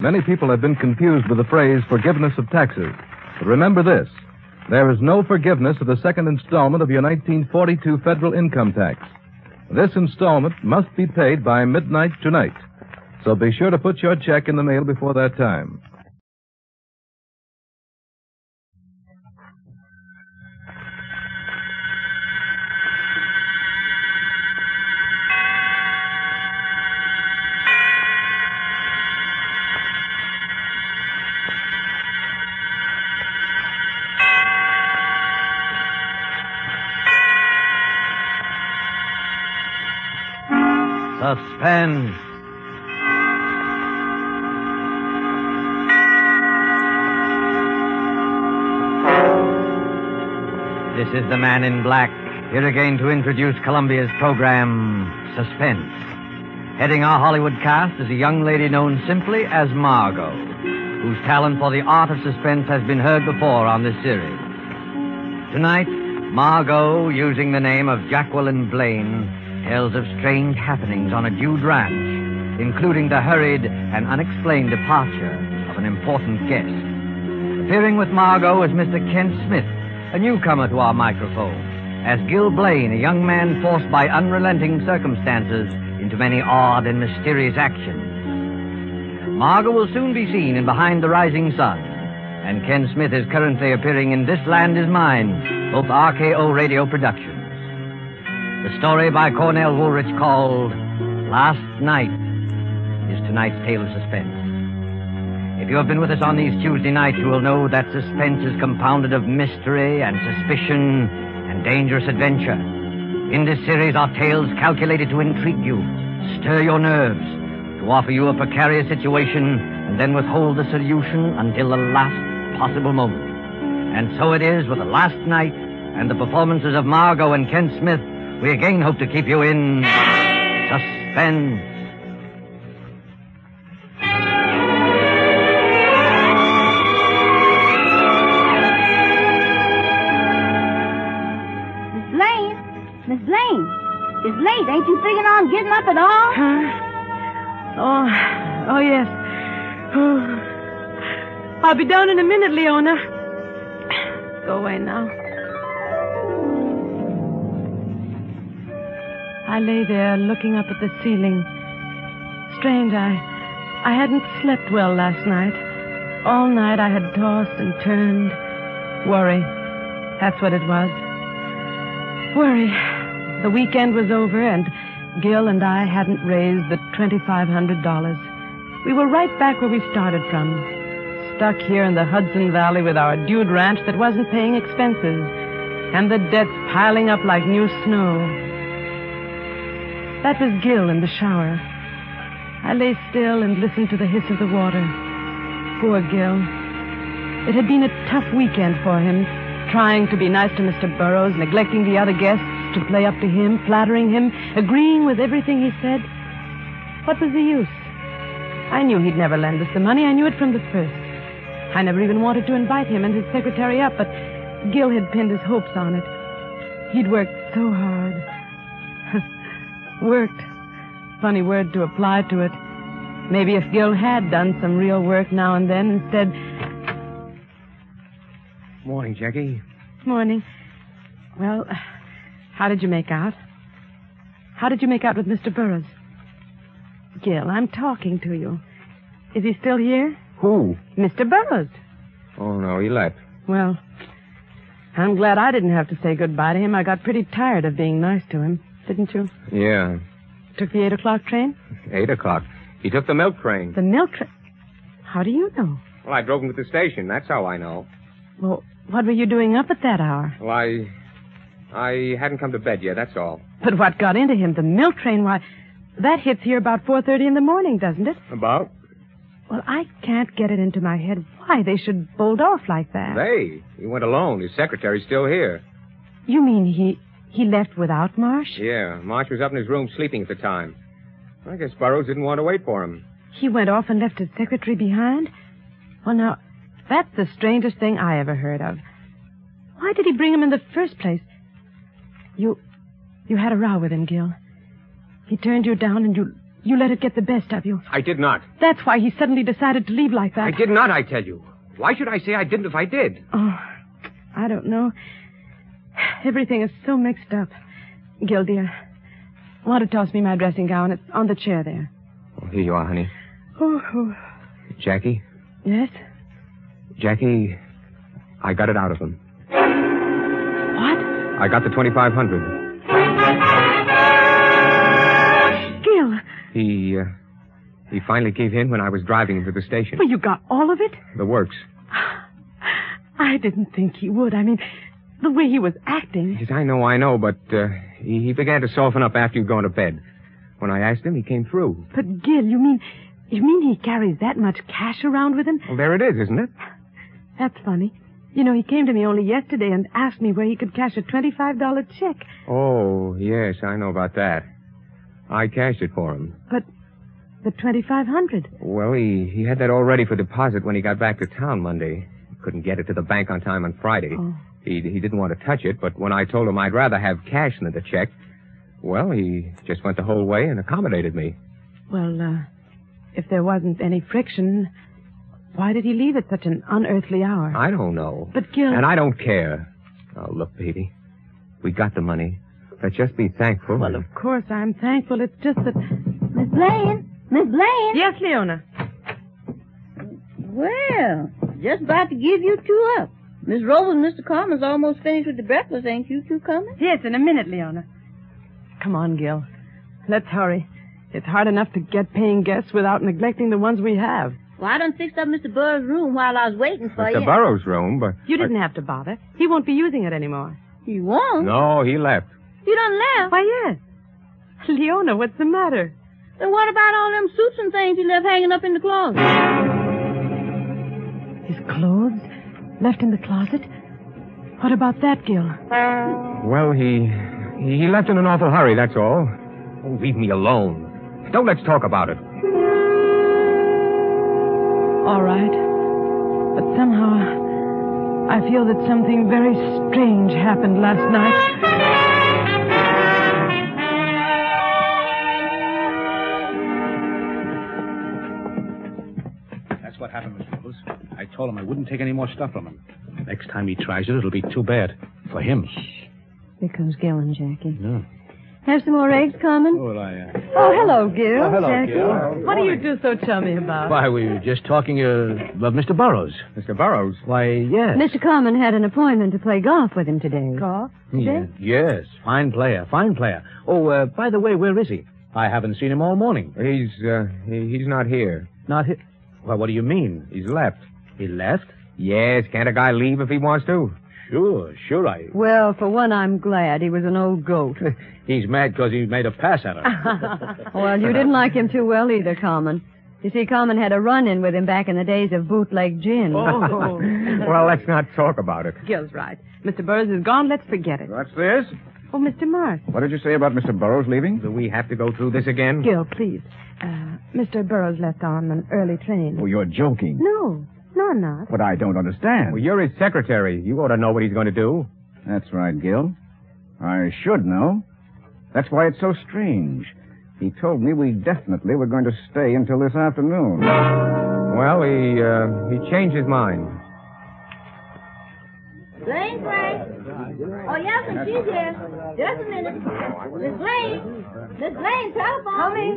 Many people have been confused with the phrase forgiveness of taxes. But remember this there is no forgiveness of the second installment of your 1942 federal income tax. This installment must be paid by midnight tonight. So be sure to put your check in the mail before that time. Suspense. This is the man in black, here again to introduce Columbia's program, Suspense. Heading our Hollywood cast is a young lady known simply as Margot, whose talent for the art of suspense has been heard before on this series. Tonight, Margot, using the name of Jacqueline Blaine, tells of strange happenings on a Jude ranch, including the hurried and unexplained departure of an important guest. Appearing with Margot is Mr. Kent Smith, a newcomer to our microphone, as Gil Blaine, a young man forced by unrelenting circumstances into many odd and mysterious actions. Margot will soon be seen in Behind the Rising Sun. And Ken Smith is currently appearing in This Land Is Mine, both RKO radio productions. The story by Cornell Woolrich called Last Night is tonight's tale of suspense. If you have been with us on these Tuesday nights, you will know that suspense is compounded of mystery and suspicion and dangerous adventure. In this series are tales calculated to intrigue you, stir your nerves, to offer you a precarious situation, and then withhold the solution until the last possible moment. And so it is with the last night and the performances of Margot and Ken Smith. We again hope to keep you in suspense. Miss Blaine? Miss Blaine? It's late. Ain't you figuring on getting up at all? Oh, oh yes. Oh. I'll be down in a minute, Leona. Go away now. I lay there looking up at the ceiling. Strange, I, I hadn't slept well last night. All night I had tossed and turned. Worry. That's what it was. Worry. The weekend was over, and Gil and I hadn't raised the $2,500. We were right back where we started from. Stuck here in the Hudson Valley with our dude ranch that wasn't paying expenses, and the debts piling up like new snow. That was Gil in the shower. I lay still and listened to the hiss of the water. Poor Gil. It had been a tough weekend for him, trying to be nice to Mr. Burroughs, neglecting the other guests to play up to him, flattering him, agreeing with everything he said. What was the use? I knew he'd never lend us the money. I knew it from the first. I never even wanted to invite him and his secretary up, but Gil had pinned his hopes on it. He'd worked so hard. worked. Funny word to apply to it. Maybe if Gil had done some real work now and then instead. Morning, Jackie. Morning. Well, how did you make out? How did you make out with Mr. Burroughs? Gil, I'm talking to you. Is he still here? Who? Mr. Burroughs. Oh, no, he left. Well, I'm glad I didn't have to say goodbye to him. I got pretty tired of being nice to him, didn't you? Yeah, Took the eight o'clock train? eight o'clock. He took the milk train. The milk train? How do you know? Well, I drove him to the station. That's how I know. Well, what were you doing up at that hour? Well, I. I hadn't come to bed yet, that's all. But what got into him? The milk train? Why, that hits here about 4.30 in the morning, doesn't it? About? Well, I can't get it into my head why they should bolt off like that. They. He went alone. His secretary's still here. You mean he he left without Marsh? Yeah, Marsh was up in his room sleeping at the time. I guess Burroughs didn't want to wait for him. He went off and left his secretary behind? Well, now, that's the strangest thing I ever heard of. Why did he bring him in the first place? You you had a row with him, Gil. He turned you down and you you let it get the best of you. I did not. That's why he suddenly decided to leave like that. I did not, I tell you. Why should I say I didn't if I did? Oh, I don't know. Everything is so mixed up. Gil, dear, want to toss me my dressing gown? It's on the chair there. Well, here you are, honey. Oh, oh. Jackie? yes? Jackie, I got it out of him. What? I got the 2500 Gil, He, uh, he finally gave in when I was driving him to the station. well, you got all of it? The works. I didn't think he would. I mean, the way he was acting. Yes, I know, I know, but uh, he, he began to soften up after you'd gone to bed. When I asked him, he came through. But, Gil, you mean. You mean he carries that much cash around with him? Well, there it is, isn't it? That's funny. You know, he came to me only yesterday and asked me where he could cash a $25 check. Oh, yes, I know about that. I cashed it for him. But the 2500 Well, he, he had that all ready for deposit when he got back to town Monday. Couldn't get it to the bank on time on Friday. Oh. He, he didn't want to touch it, but when I told him I'd rather have cash than the check, well, he just went the whole way and accommodated me. Well, uh, if there wasn't any friction, why did he leave at such an unearthly hour? I don't know. But, Gil- And I don't care. Oh, look, baby. We got the money. Let's just be thankful. Well, of course, I'm thankful. It's just that. Miss Blaine? Miss Blaine? Yes, Leona. Well, just about to give you two up. Miss Rowe and Mr. Carmen's almost finished with the breakfast. Ain't you two coming? Yes, in a minute, Leona. Come on, Gil. Let's hurry. It's hard enough to get paying guests without neglecting the ones we have. Well, I done fixed up Mr. Burr's room while I was waiting for At the you. Burroughs room, but. You didn't have to bother. He won't be using it anymore. you won't? No, he left. You done left? Why, yes. Leona, what's the matter? Then what about all them suits and things you left hanging up in the closet? His clothes? Left in the closet? What about that, Gil? Well, he he left in an awful hurry, that's all. Oh, leave me alone. Don't let's talk about it. All right. But somehow, I feel that something very strange happened last night. That's what happened, Mr. Nichols. I told him I wouldn't take any more stuff from him. Next time he tries it, it'll be too bad. For him. Here comes Gil and Jackie. No. Have some more eggs coming? Well, I, uh... Oh, hello, Gil. hello, Jackie. Gil. What do you do so chummy about? Why, we were just talking uh, about Mr. Burroughs. Mr. Burroughs? Why, yes. Mr. Carmen had an appointment to play golf with him today. Golf? Yeah. Yes, fine player, fine player. Oh, uh, by the way, where is he? I haven't seen him all morning. He's uh, he, he's not here. Not here. Well, what do you mean? He's left. He left? Yes, can't a guy leave if he wants to? Sure, sure I... Well, for one, I'm glad he was an old goat. He's mad because he made a pass at Ah, her. Well, you didn't like him too well either, Carmen. You see, Carmen had a run-in with him back in the days of bootleg gin. Oh. well, let's not talk about it. Gil's right. Mr. Burroughs is gone. Let's forget it. What's this? Oh, Mr. Mars. What did you say about Mr. Burroughs leaving? Do we have to go through this again? Gil, please. Uh, Mr. Burroughs left on an early train. Oh, you're joking. No. No, I'm not. But I don't understand. Well, you're his secretary. You ought to know what he's going to do. That's right, Gil. I should know. That's why it's so strange. He told me we definitely were going to stay until this afternoon. Well, he uh, he changed his mind. Blaine, Frank. Oh, yes, and she's here. Just a minute. Miss Blaine. Miss Blaine, telephone. Coming.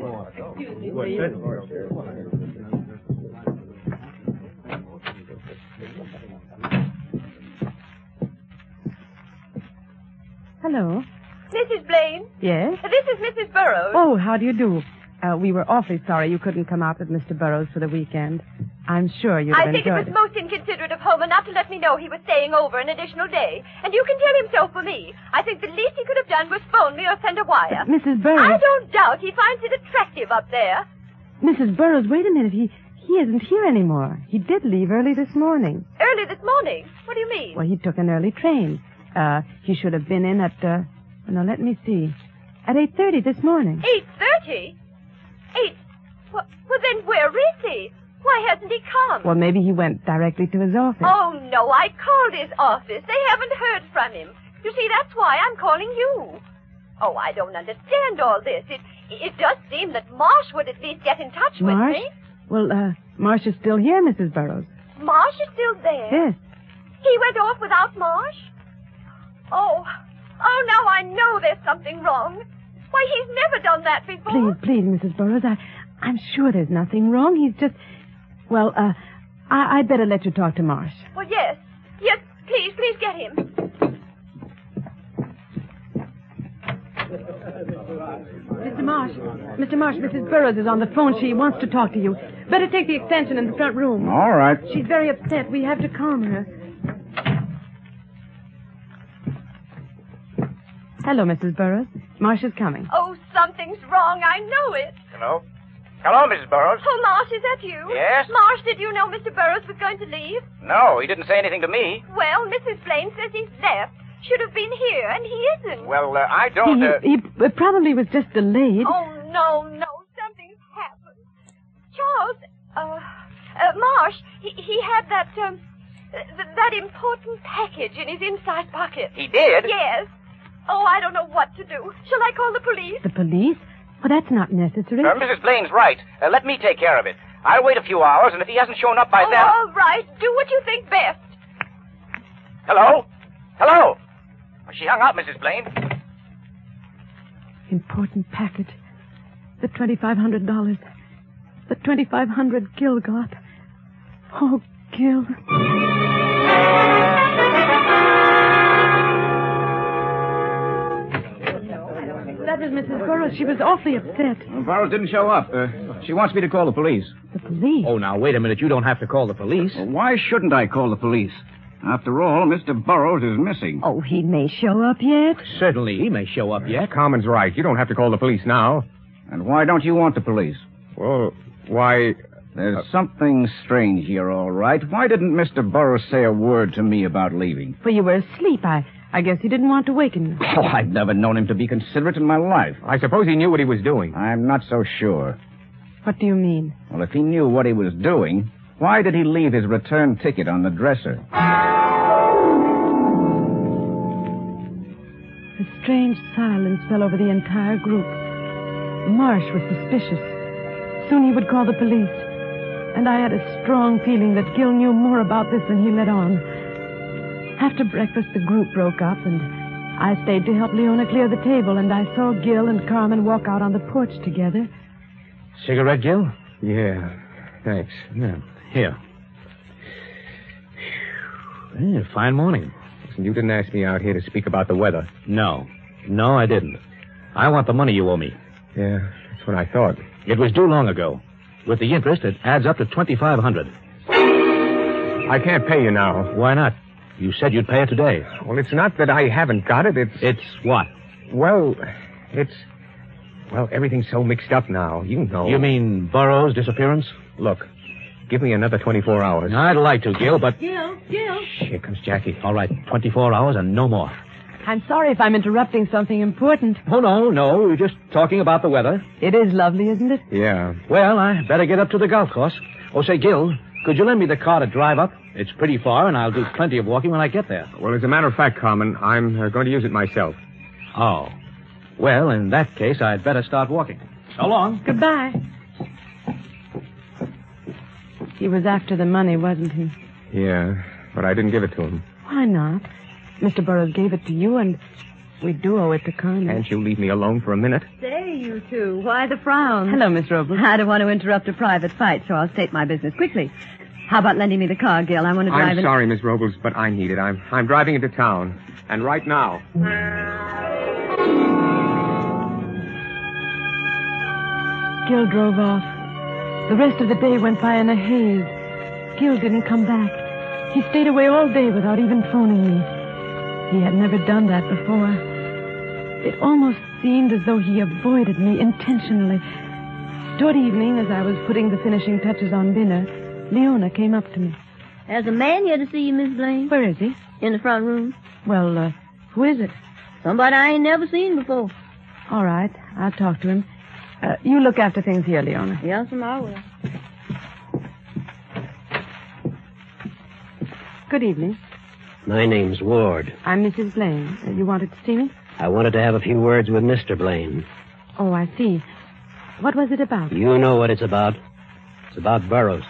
Hello. Mrs. Blaine, Yes? this is Mrs. Burroughs. Oh, how do you do? Uh, we were awfully sorry you couldn't come out with Mr. Burroughs for the weekend. I'm sure you'd have I think it was enjoyed most inconsiderate of Homer not to let me know he was staying over an additional day. And you can tell him so for me. I think the least he could have done was phone me or send a wire. Mrs. I Burroughs. don't doubt he finds it attractive up there. Mrs. Burroughs, wait a minute. He he isn't here anymore. He did leave early this morning. Early this morning. What do you mean? Well, he took an early train. Uh, he should have been in at uh, now let me see, at eight thirty this morning. Eight thirty? Eight? Well, well, then where is he? Why hasn't he come? Well, maybe he went directly to his office. Oh, no, I called his office. They haven't heard from him. You see, that's why I'm calling you. Oh, I don't understand all this. It, it does seem that Marsh would at least get in touch Marsh? with Well, uh, Marsh is still here, Mrs. Burroughs. me. Marsh is still there. Yes. He went off without Marsh? Oh, oh, now I know there's something wrong. Why, he's never done that before. Please, please, Mrs. Burroughs. I, I'm sure there's nothing wrong. He's just, well, uh, I, I'd better let you talk to Marsh. Well, yes. Yes, please, please get him. Mr. Marsh, Mr. Marsh, Mrs. Burroughs is on the phone. She wants to talk to you. Better take the extension in the front room. All right. She's very upset. We have to calm her. Hello, Mrs. Burroughs. Marsh is coming. Oh, something's wrong. I know it. Hello? Hello, Mrs. Burroughs. Oh, Marsh, is that you? Yes? Marsh, did you know Mr. Burroughs was going to leave? No, he didn't say anything to me. Well, Mrs. Blaine says he's left. Should have been here, and he isn't. Well, uh, I He, Oh, don't. Uh... he, he probably was just delayed. Oh, no, no. Something's happened. Charles, uh, uh Marsh, he, he had that, um, th- that important package in his inside pocket. He did? Yes. Oh, I don't know what to do. Shall I call the police? The police? Well, that's not necessary. Uh, Mrs. Blaine's right. Uh, let me take care of it. I'll wait a few hours, and if he hasn't shown up by oh, then. all right. Do what you think best. Hello? Hello? She hung up, Mrs. Blaine. Important package. The $2,500. The 2500 Gil got. Oh, Gil. That was Mrs. Burroughs. She was awfully upset. Burroughs didn't show up. Uh, she wants me to call the police. The police? Oh, now, wait a minute. You don't have to call the police. Well, why shouldn't I call the police? After all, Mr. Burroughs is missing. Oh, he may show up yet. Certainly, he may show up yet. Common's right. You don't have to call the police now. And why don't you want the police? Well, why. There's something strange here, all right. Why didn't Mr. Burroughs say a word to me about leaving? Well, you were asleep. I, I guess he didn't want to waken you. Oh, I've never known him to be considerate in my life. I suppose he knew what he was doing. I'm not so sure. What do you mean? Well, if he knew what he was doing, why did he leave his return ticket on the dresser? A strange silence fell over the entire group. Marsh was suspicious. Soon he would call the police. And I had a strong feeling that Gil knew more about this than he let on. After breakfast, the group broke up, and I stayed to help Leona clear the table, and I saw Gil and Carmen walk out on the porch together. Cigarette, Gil? Yeah. Thanks. Yeah. Here. Yeah, fine morning. Listen, you didn't ask me out here to speak about the weather. No. No, I didn't. I want the money you owe me. Yeah, that's what I thought. It was due long ago. With the interest, it adds up to 2500 I can't pay you now. Why not? You said you'd pay it today. Well, it's not that I haven't got it. It's. It's what? Well, it's. Well, everything's so mixed up now. You know. You mean Burroughs' disappearance? Look, give me another 24 hours. I'd like to, Gil, but. Gil, Gil. Here comes Jackie. All right, 24 hours and no more. I'm sorry if I'm interrupting something important. Oh, no, no. We're just talking about the weather. It is lovely, isn't it? Yeah. Well, I better get up to the golf course. Oh, say, Gil, could you lend me the car to drive up? It's pretty far, and I'll do plenty of walking when I get there. Well, as a matter of fact, Carmen, I'm uh, going to use it myself. Oh. Well, in that case, I'd better start walking. So long. Goodbye. He was after the money, wasn't he? Yeah, but I didn't give it to him. Why not? Mr. Burroughs gave it to you, and we do owe it to Carmen. Can't you leave me alone for a minute? Say, you two, why the frown? Hello, Miss Robles. I don't want to interrupt a private fight, so I'll state my business quickly. How about lending me the car, Gil? I want to drive I'm in- sorry, Miss Robles, but I need it. I'm I'm driving into town, and right now. Gil, Gill drove off. The rest of the day went by in a haze. Gill didn't come back. He stayed away all day without even phoning me. He had never done that before. It almost seemed as though he avoided me intentionally. Toward evening, as I was putting the finishing touches on dinner, Leona came up to me. There's a man here to see you, Miss Blaine. Where is he? In the front room. Well, uh, who is it? Somebody I ain't never seen before. All right, I'll talk to him. Uh, you look after things here, Leona. Yes, ma'am, I will. Good evening. My name's Ward. I'm Mrs. Blaine. Uh, You wanted to see me? I wanted to have a few words with Mr. Blaine. Oh, I see. What was it about? You know what it's about. It's about Burroughs.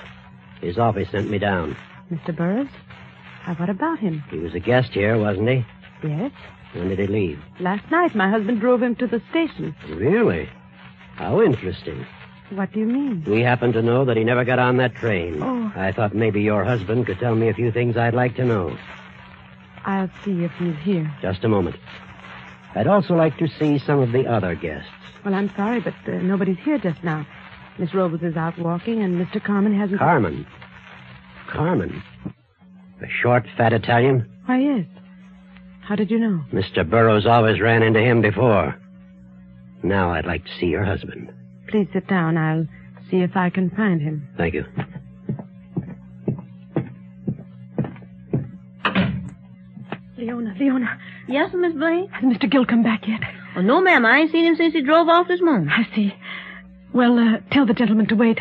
His office sent me down. Mr. Burroughs? Uh, what about him? He was a guest here, wasn't he? Yes. When did he leave? Last night, my husband drove him to the station. Really? How interesting. What do you mean? We happen to know that he never got on that train. Oh. I thought maybe your husband could tell me a few things I'd like to know. I'll see if he's here. Just a moment. I'd also like to see some of the other guests. Well, I'm sorry, but uh, nobody's here just now. Miss Robles is out walking, and Mr. Carmen hasn't. Carmen. Carmen. A short, fat Italian. Why, yes. How did you know? Mr. Burroughs always ran into him before. Now I'd like to see your husband. Please sit down. I'll see if I can find him. Thank you. Leona, Leona. Yes, Miss Blaine? Has Mr. Gill come back yet? Oh, no, ma'am. I ain't seen him since he drove off this morning. I see. Well, uh, tell the gentleman to wait.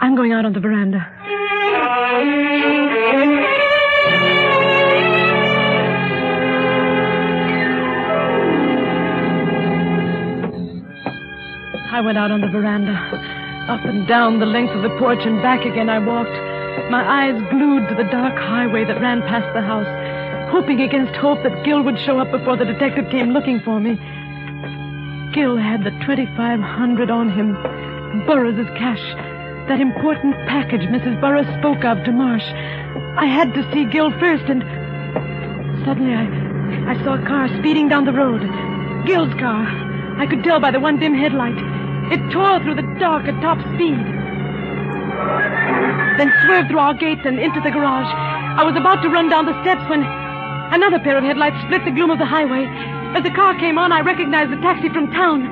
I'm going out on the veranda. I went out on the veranda. Up and down the length of the porch and back again I walked, my eyes glued to the dark highway that ran past the house, hoping against hope that Gill would show up before the detective came looking for me. Gill had the 2500 on him. Burroughs's cash. That important package Mrs. Burroughs spoke of to Marsh. I had to see Gill first, and suddenly I, I saw a car speeding down the road. Gill's car. I could tell by the one dim headlight. It tore through the dark at top speed. Then swerved through our gates and into the garage. I was about to run down the steps when another pair of headlights split the gloom of the highway. As the car came on, I recognized the taxi from town.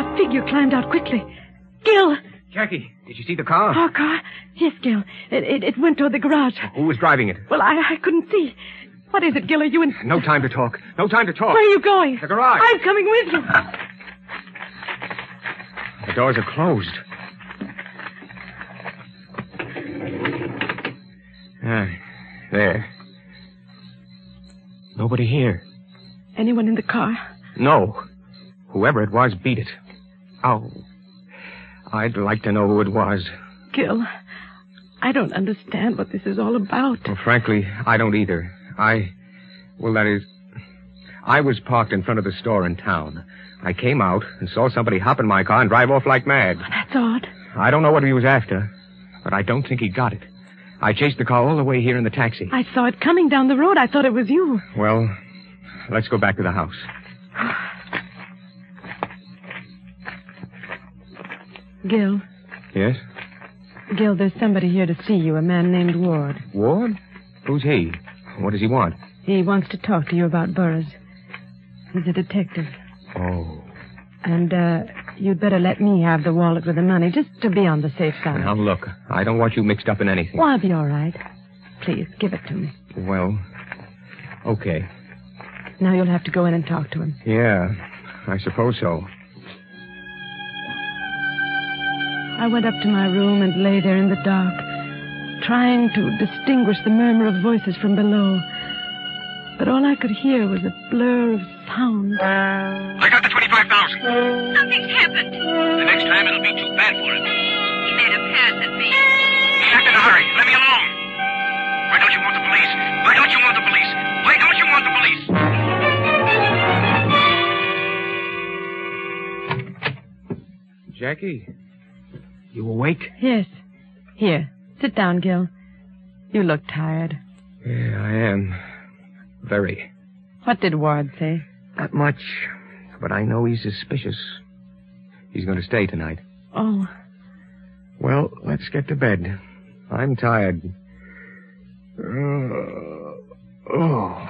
A figure climbed out quickly. Gil! Jackie, did you see the car? Our car? Yes, Gil. It, it, it went toward the garage. Who was driving it? Well, I, I couldn't see. What is it, Gil? Are you in. No time to talk. No time to talk. Where are you going? The garage. I'm coming with you. The doors are closed. Ah, there. Nobody here. Anyone in the car? No. Whoever it was beat it. Oh. I'd like to know who it was. Gil, I don't understand what this is all about. Well, frankly, I don't either. I. Well, that is. I was parked in front of the store in town. I came out and saw somebody hop in my car and drive off like mad. That's odd. I don't know what he was after, but I don't think he got it. I chased the car all the way here in the taxi. I saw it coming down the road. I thought it was you. Well, let's go back to the house. Gil, Yes? Gil, there's somebody here to see you, a man named Ward. Ward? Who's he? What does he want? He wants to talk to you about Burroughs. He's a detective. Oh. And, uh, you'd better let me have the wallet with the money, just to be on the safe side. Now, look, I don't want you mixed up in anything. Well, I'll be all right. Please, give it to me. Well, okay. Now you'll have to go in and talk to him. Yeah, I suppose so. I went up to my room and lay there in the dark, trying to distinguish the murmur of voices from below. But all I could hear was a blur of sound. I got the 25,000. Something's happened. The next time it'll be too bad for him. He made a pass at me. He's acting in a hurry. Let me alone. Why don't you want the police? Why don't you want the police? Why don't you want the police? Jackie, you awake? Yes. Here. Sit down, Gil. You look tired. Yeah, I am. Very. What did Ward say? Not much. But I know he's suspicious. He's going to stay tonight. Oh, Well, let's get to bed. I'm tired. Uh, oh.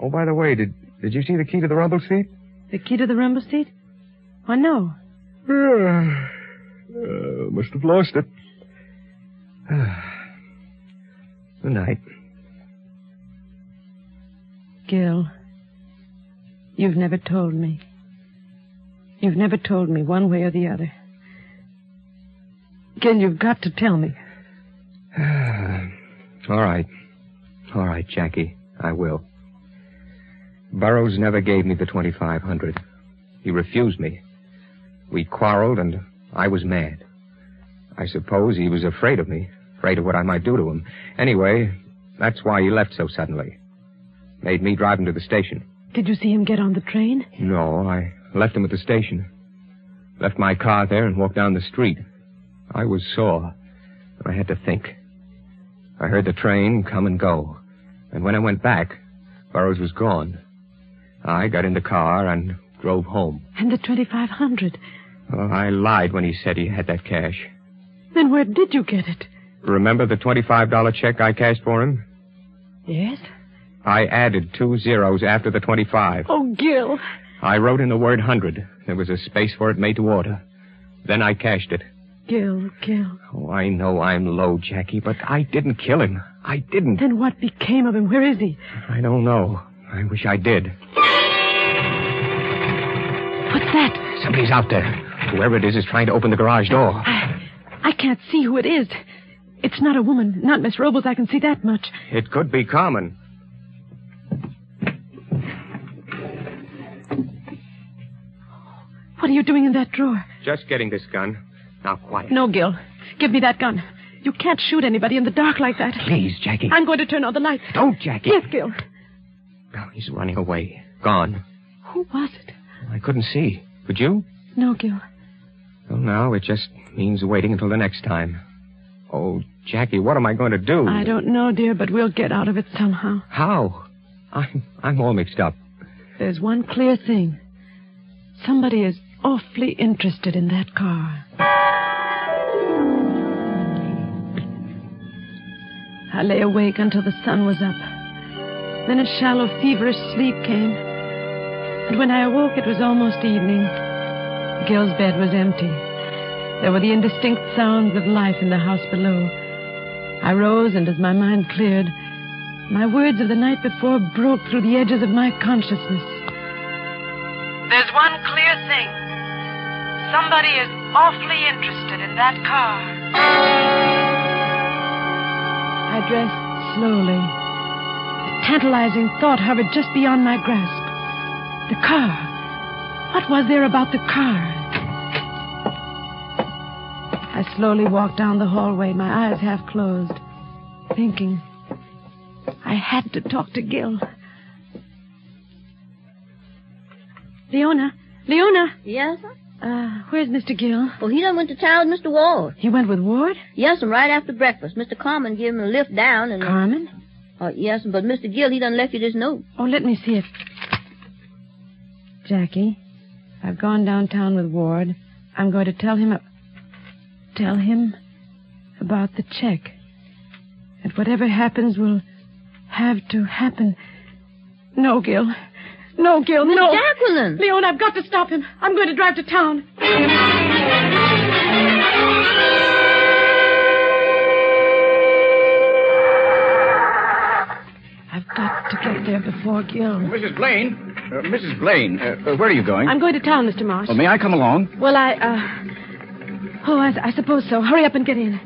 Oh, by the way, did did you see the key to the rumble seat? the key to the rumble seat? Why, no. Uh, must have lost it. Good night. Gil, you've never told me. You've never told me one way or the other. Gil, you've got to tell me. All right. All right, Jackie. I will. Burroughs never gave me the 2500 He refused me. We quarreled, and I was mad. I suppose he was afraid of me, afraid of what I might do to him. Anyway, that's why he left so suddenly. Made me drive him to the station. Did you see him get on the train? No, I left him at the station. Left my car there and walked down the street. I was sore, but I had to think. I heard the train come and go, and when I went back, Burroughs was gone. I got in the car and drove home. And the 2500 Well, I lied when he said he had that cash. Then where did you get it? Remember the $25 check I cashed for him? Yes? I added two zeros after the 25. Oh, Gil. I wrote in the word 100. There was a space for it made to order. Then I cashed it. Gil, Gil. Oh, I know I'm low, Jackie, but I didn't kill him. I didn't. Then what became of him? Where is he? I don't know. I wish I did. What's that? Somebody's out there. Whoever it is is trying to open the garage door. I can't see who it is. It's not a woman, not Miss Robles. I can see that much. It could be Carmen. What are you doing in that drawer? Just getting this gun. Now, quiet. No, Gil. Give me that gun. You can't shoot anybody in the dark like that. Please, Jackie. I'm going to turn on the light. Don't, Jackie. Yes, Gil. Oh, he's running away. Gone. Who was it? I couldn't see. Could you? No, Gil. Well, now it just means waiting until the next time. Oh, Jackie, what am I going to do? I don't know, dear, but we'll get out of it somehow. How? I'm I'm all mixed up. There's one clear thing. Somebody is awfully interested in that car. I lay awake until the sun was up. Then a shallow, feverish sleep came. And when I awoke, it was almost evening. Gil's bed was empty. There were the indistinct sounds of life in the house below. I rose, and as my mind cleared, my words of the night before broke through the edges of my consciousness. There's one clear thing. Somebody is awfully interested in that car. I dressed slowly. A tantalizing thought hovered just beyond my grasp. The car. What was there about the car? I slowly walked down the hallway, my eyes half closed, thinking. I had to talk to Gil. Leona, Leona. Yes, sir? Uh, where's Mr. Gill? Oh, Well, he done went to town with Mr. Ward. He went with Ward? Yes, and right after breakfast, Mr. Carmen gave him a lift down and... Carmen? uh, Oh, yes, but Mr. Gill, he done left you this note. Oh, let me see it. Jackie, I've gone downtown with Ward. I'm going to tell him. Tell him about the check. And whatever happens will have to happen. No, Gil. No, Gil, Miss no. Jacqueline! Leon, I've got to stop him. I'm going to drive to town. I've got to get there before Gil. Mrs. Blaine? Uh, Mrs. Blaine, uh, uh, where are you going? I'm going to town, Mr. Marsh. Oh, may I come along? Well, I, uh. Oh, I, I suppose so. Hurry up and get in.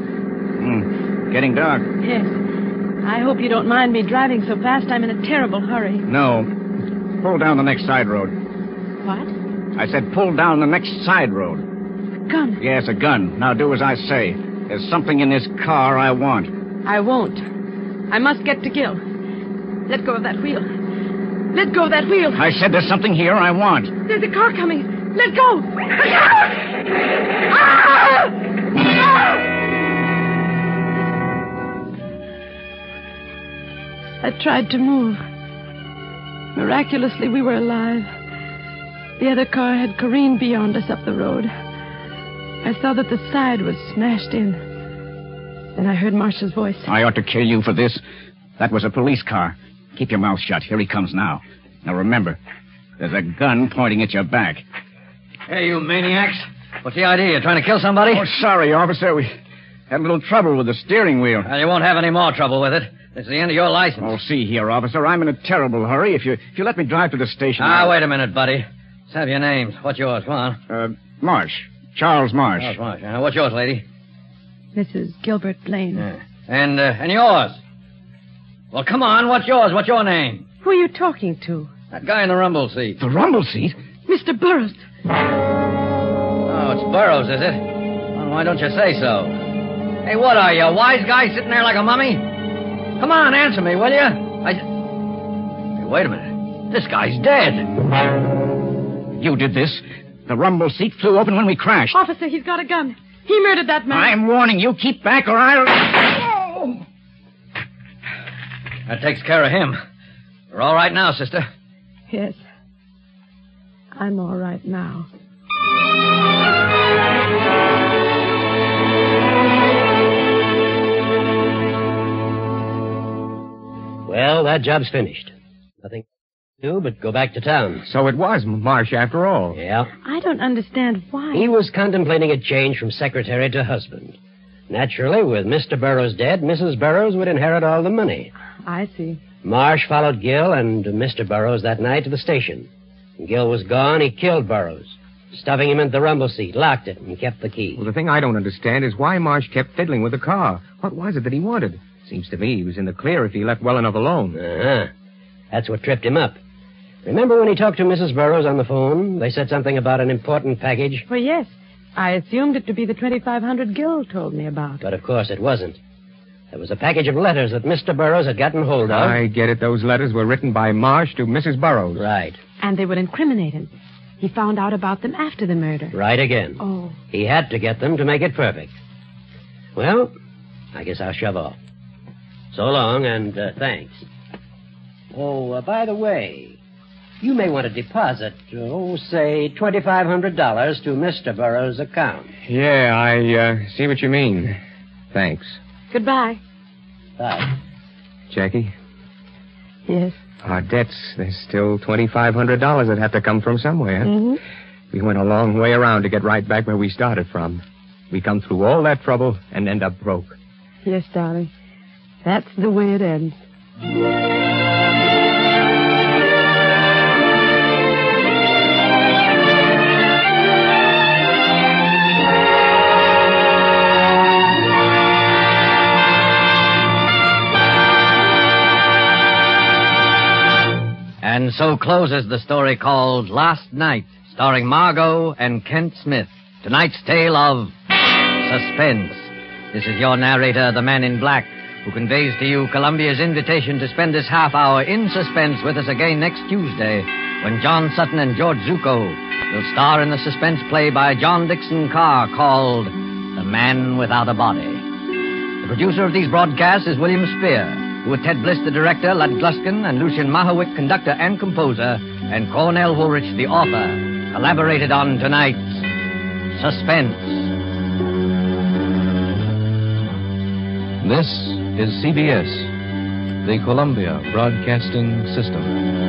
Hmm, Getting dark. Yes. I hope you don't mind me driving so fast. I'm in a terrible hurry. No. Pull down the next side road. What? I said pull down the next side road. Gun. Yes, a gun. Now do as I say. There's something in this car I want. I won't. I must get to Gil. Let go of that wheel. Let go of that wheel. I said there's something here I want. There's a car coming. Let go. I tried to move. Miraculously, we were alive. The other car had careened beyond us up the road. I saw that the side was smashed in. Then I heard Marsha's voice. I ought to kill you for this. That was a police car. Keep your mouth shut. Here he comes now. Now remember, there's a gun pointing at your back. Hey, you maniacs. What's the idea? You're trying to kill somebody? Oh, sorry, officer. We had a little trouble with the steering wheel. Well, you won't have any more trouble with it. It's the end of your license. Oh, see here, officer. I'm in a terrible hurry. If you if you let me drive to the station. Ah, I'll- wait a minute, buddy. Let's have your names. What's yours? Come on. Uh, Marsh. Charles Marsh. Charles Marsh. Uh, what's yours, lady? Mrs. Gilbert Blaine. And uh, and yours. Well, come on. What's yours? What's your name? Who are you talking to? That guy in the rumble seat. The rumble seat? Mr. Burroughs. Oh, it's Burroughs, is it? Well, why don't you say so? Hey, what are you, a wise guy sitting there like a mummy? Come on, answer me, will you? I. Hey, wait a minute. This guy's dead. You did this. The rumble seat flew open when we crashed. Officer, he's got a gun. He murdered that Oh, man. I'm warning you. Keep back or I'll. That takes care of him. You're all right now, sister. Yes. I'm all right now. Well, that job's finished. Nothing to do but go back to town. So it was Marsh after all. Yeah. I don't understand why. He was contemplating a change from secretary to husband. Naturally, with Mr. Burroughs dead, Mrs. Burroughs would inherit all the money. I see. Marsh followed Gill and Mr. Burroughs that night to the station. When Gill was gone, he killed Burroughs, stuffing him into the rumble seat, locked it, and kept the key. Well, the thing I don't understand is why Marsh kept fiddling with the car. What was it that he wanted? Seems to me he was in the clear if he left well enough alone. Uh-huh. That's what tripped him up. Remember when he talked to Mrs. Burroughs on the phone? They said something about an important package, Well, yes. I assumed it to be the 2,500 Gill told me about. but of course it wasn't. There was a package of letters that Mr. Burroughs had gotten hold of. I get it. Those letters were written by Marsh to Mrs. Burroughs. Right. And they would incriminate him. He found out about them after the murder. Right again. Oh. He had to get them to make it perfect. Well, I guess I'll shove off. So long, and uh, thanks. Oh, uh, by the way, you may want to deposit, oh, say, $2,500 to Mr. Burroughs' account. Yeah, I uh, see what you mean. Thanks. Goodbye. Bye. Jackie, Yes. our debts, there's still $2,500 that have to come from somewhere. hmm We went a long way around to get right back where we started from. We come through all that trouble and end up broke. Yes, darling. That's the way it ends. And so closes the story called Last Night, starring Margot and Kent Smith. Tonight's tale of suspense. This is your narrator, the man in black, who conveys to you Columbia's invitation to spend this half hour in suspense with us again next Tuesday when John Sutton and George Zuko will star in the suspense play by John Dixon Carr called The Man Without a Body. The producer of these broadcasts is William Spear, who with Ted Bliss, the director, Lud Gluskin, and Lucian Mahowick, conductor and composer, and Cornell Woolrich, the author, collaborated on tonight's Suspense. This is CBS, the Columbia Broadcasting System.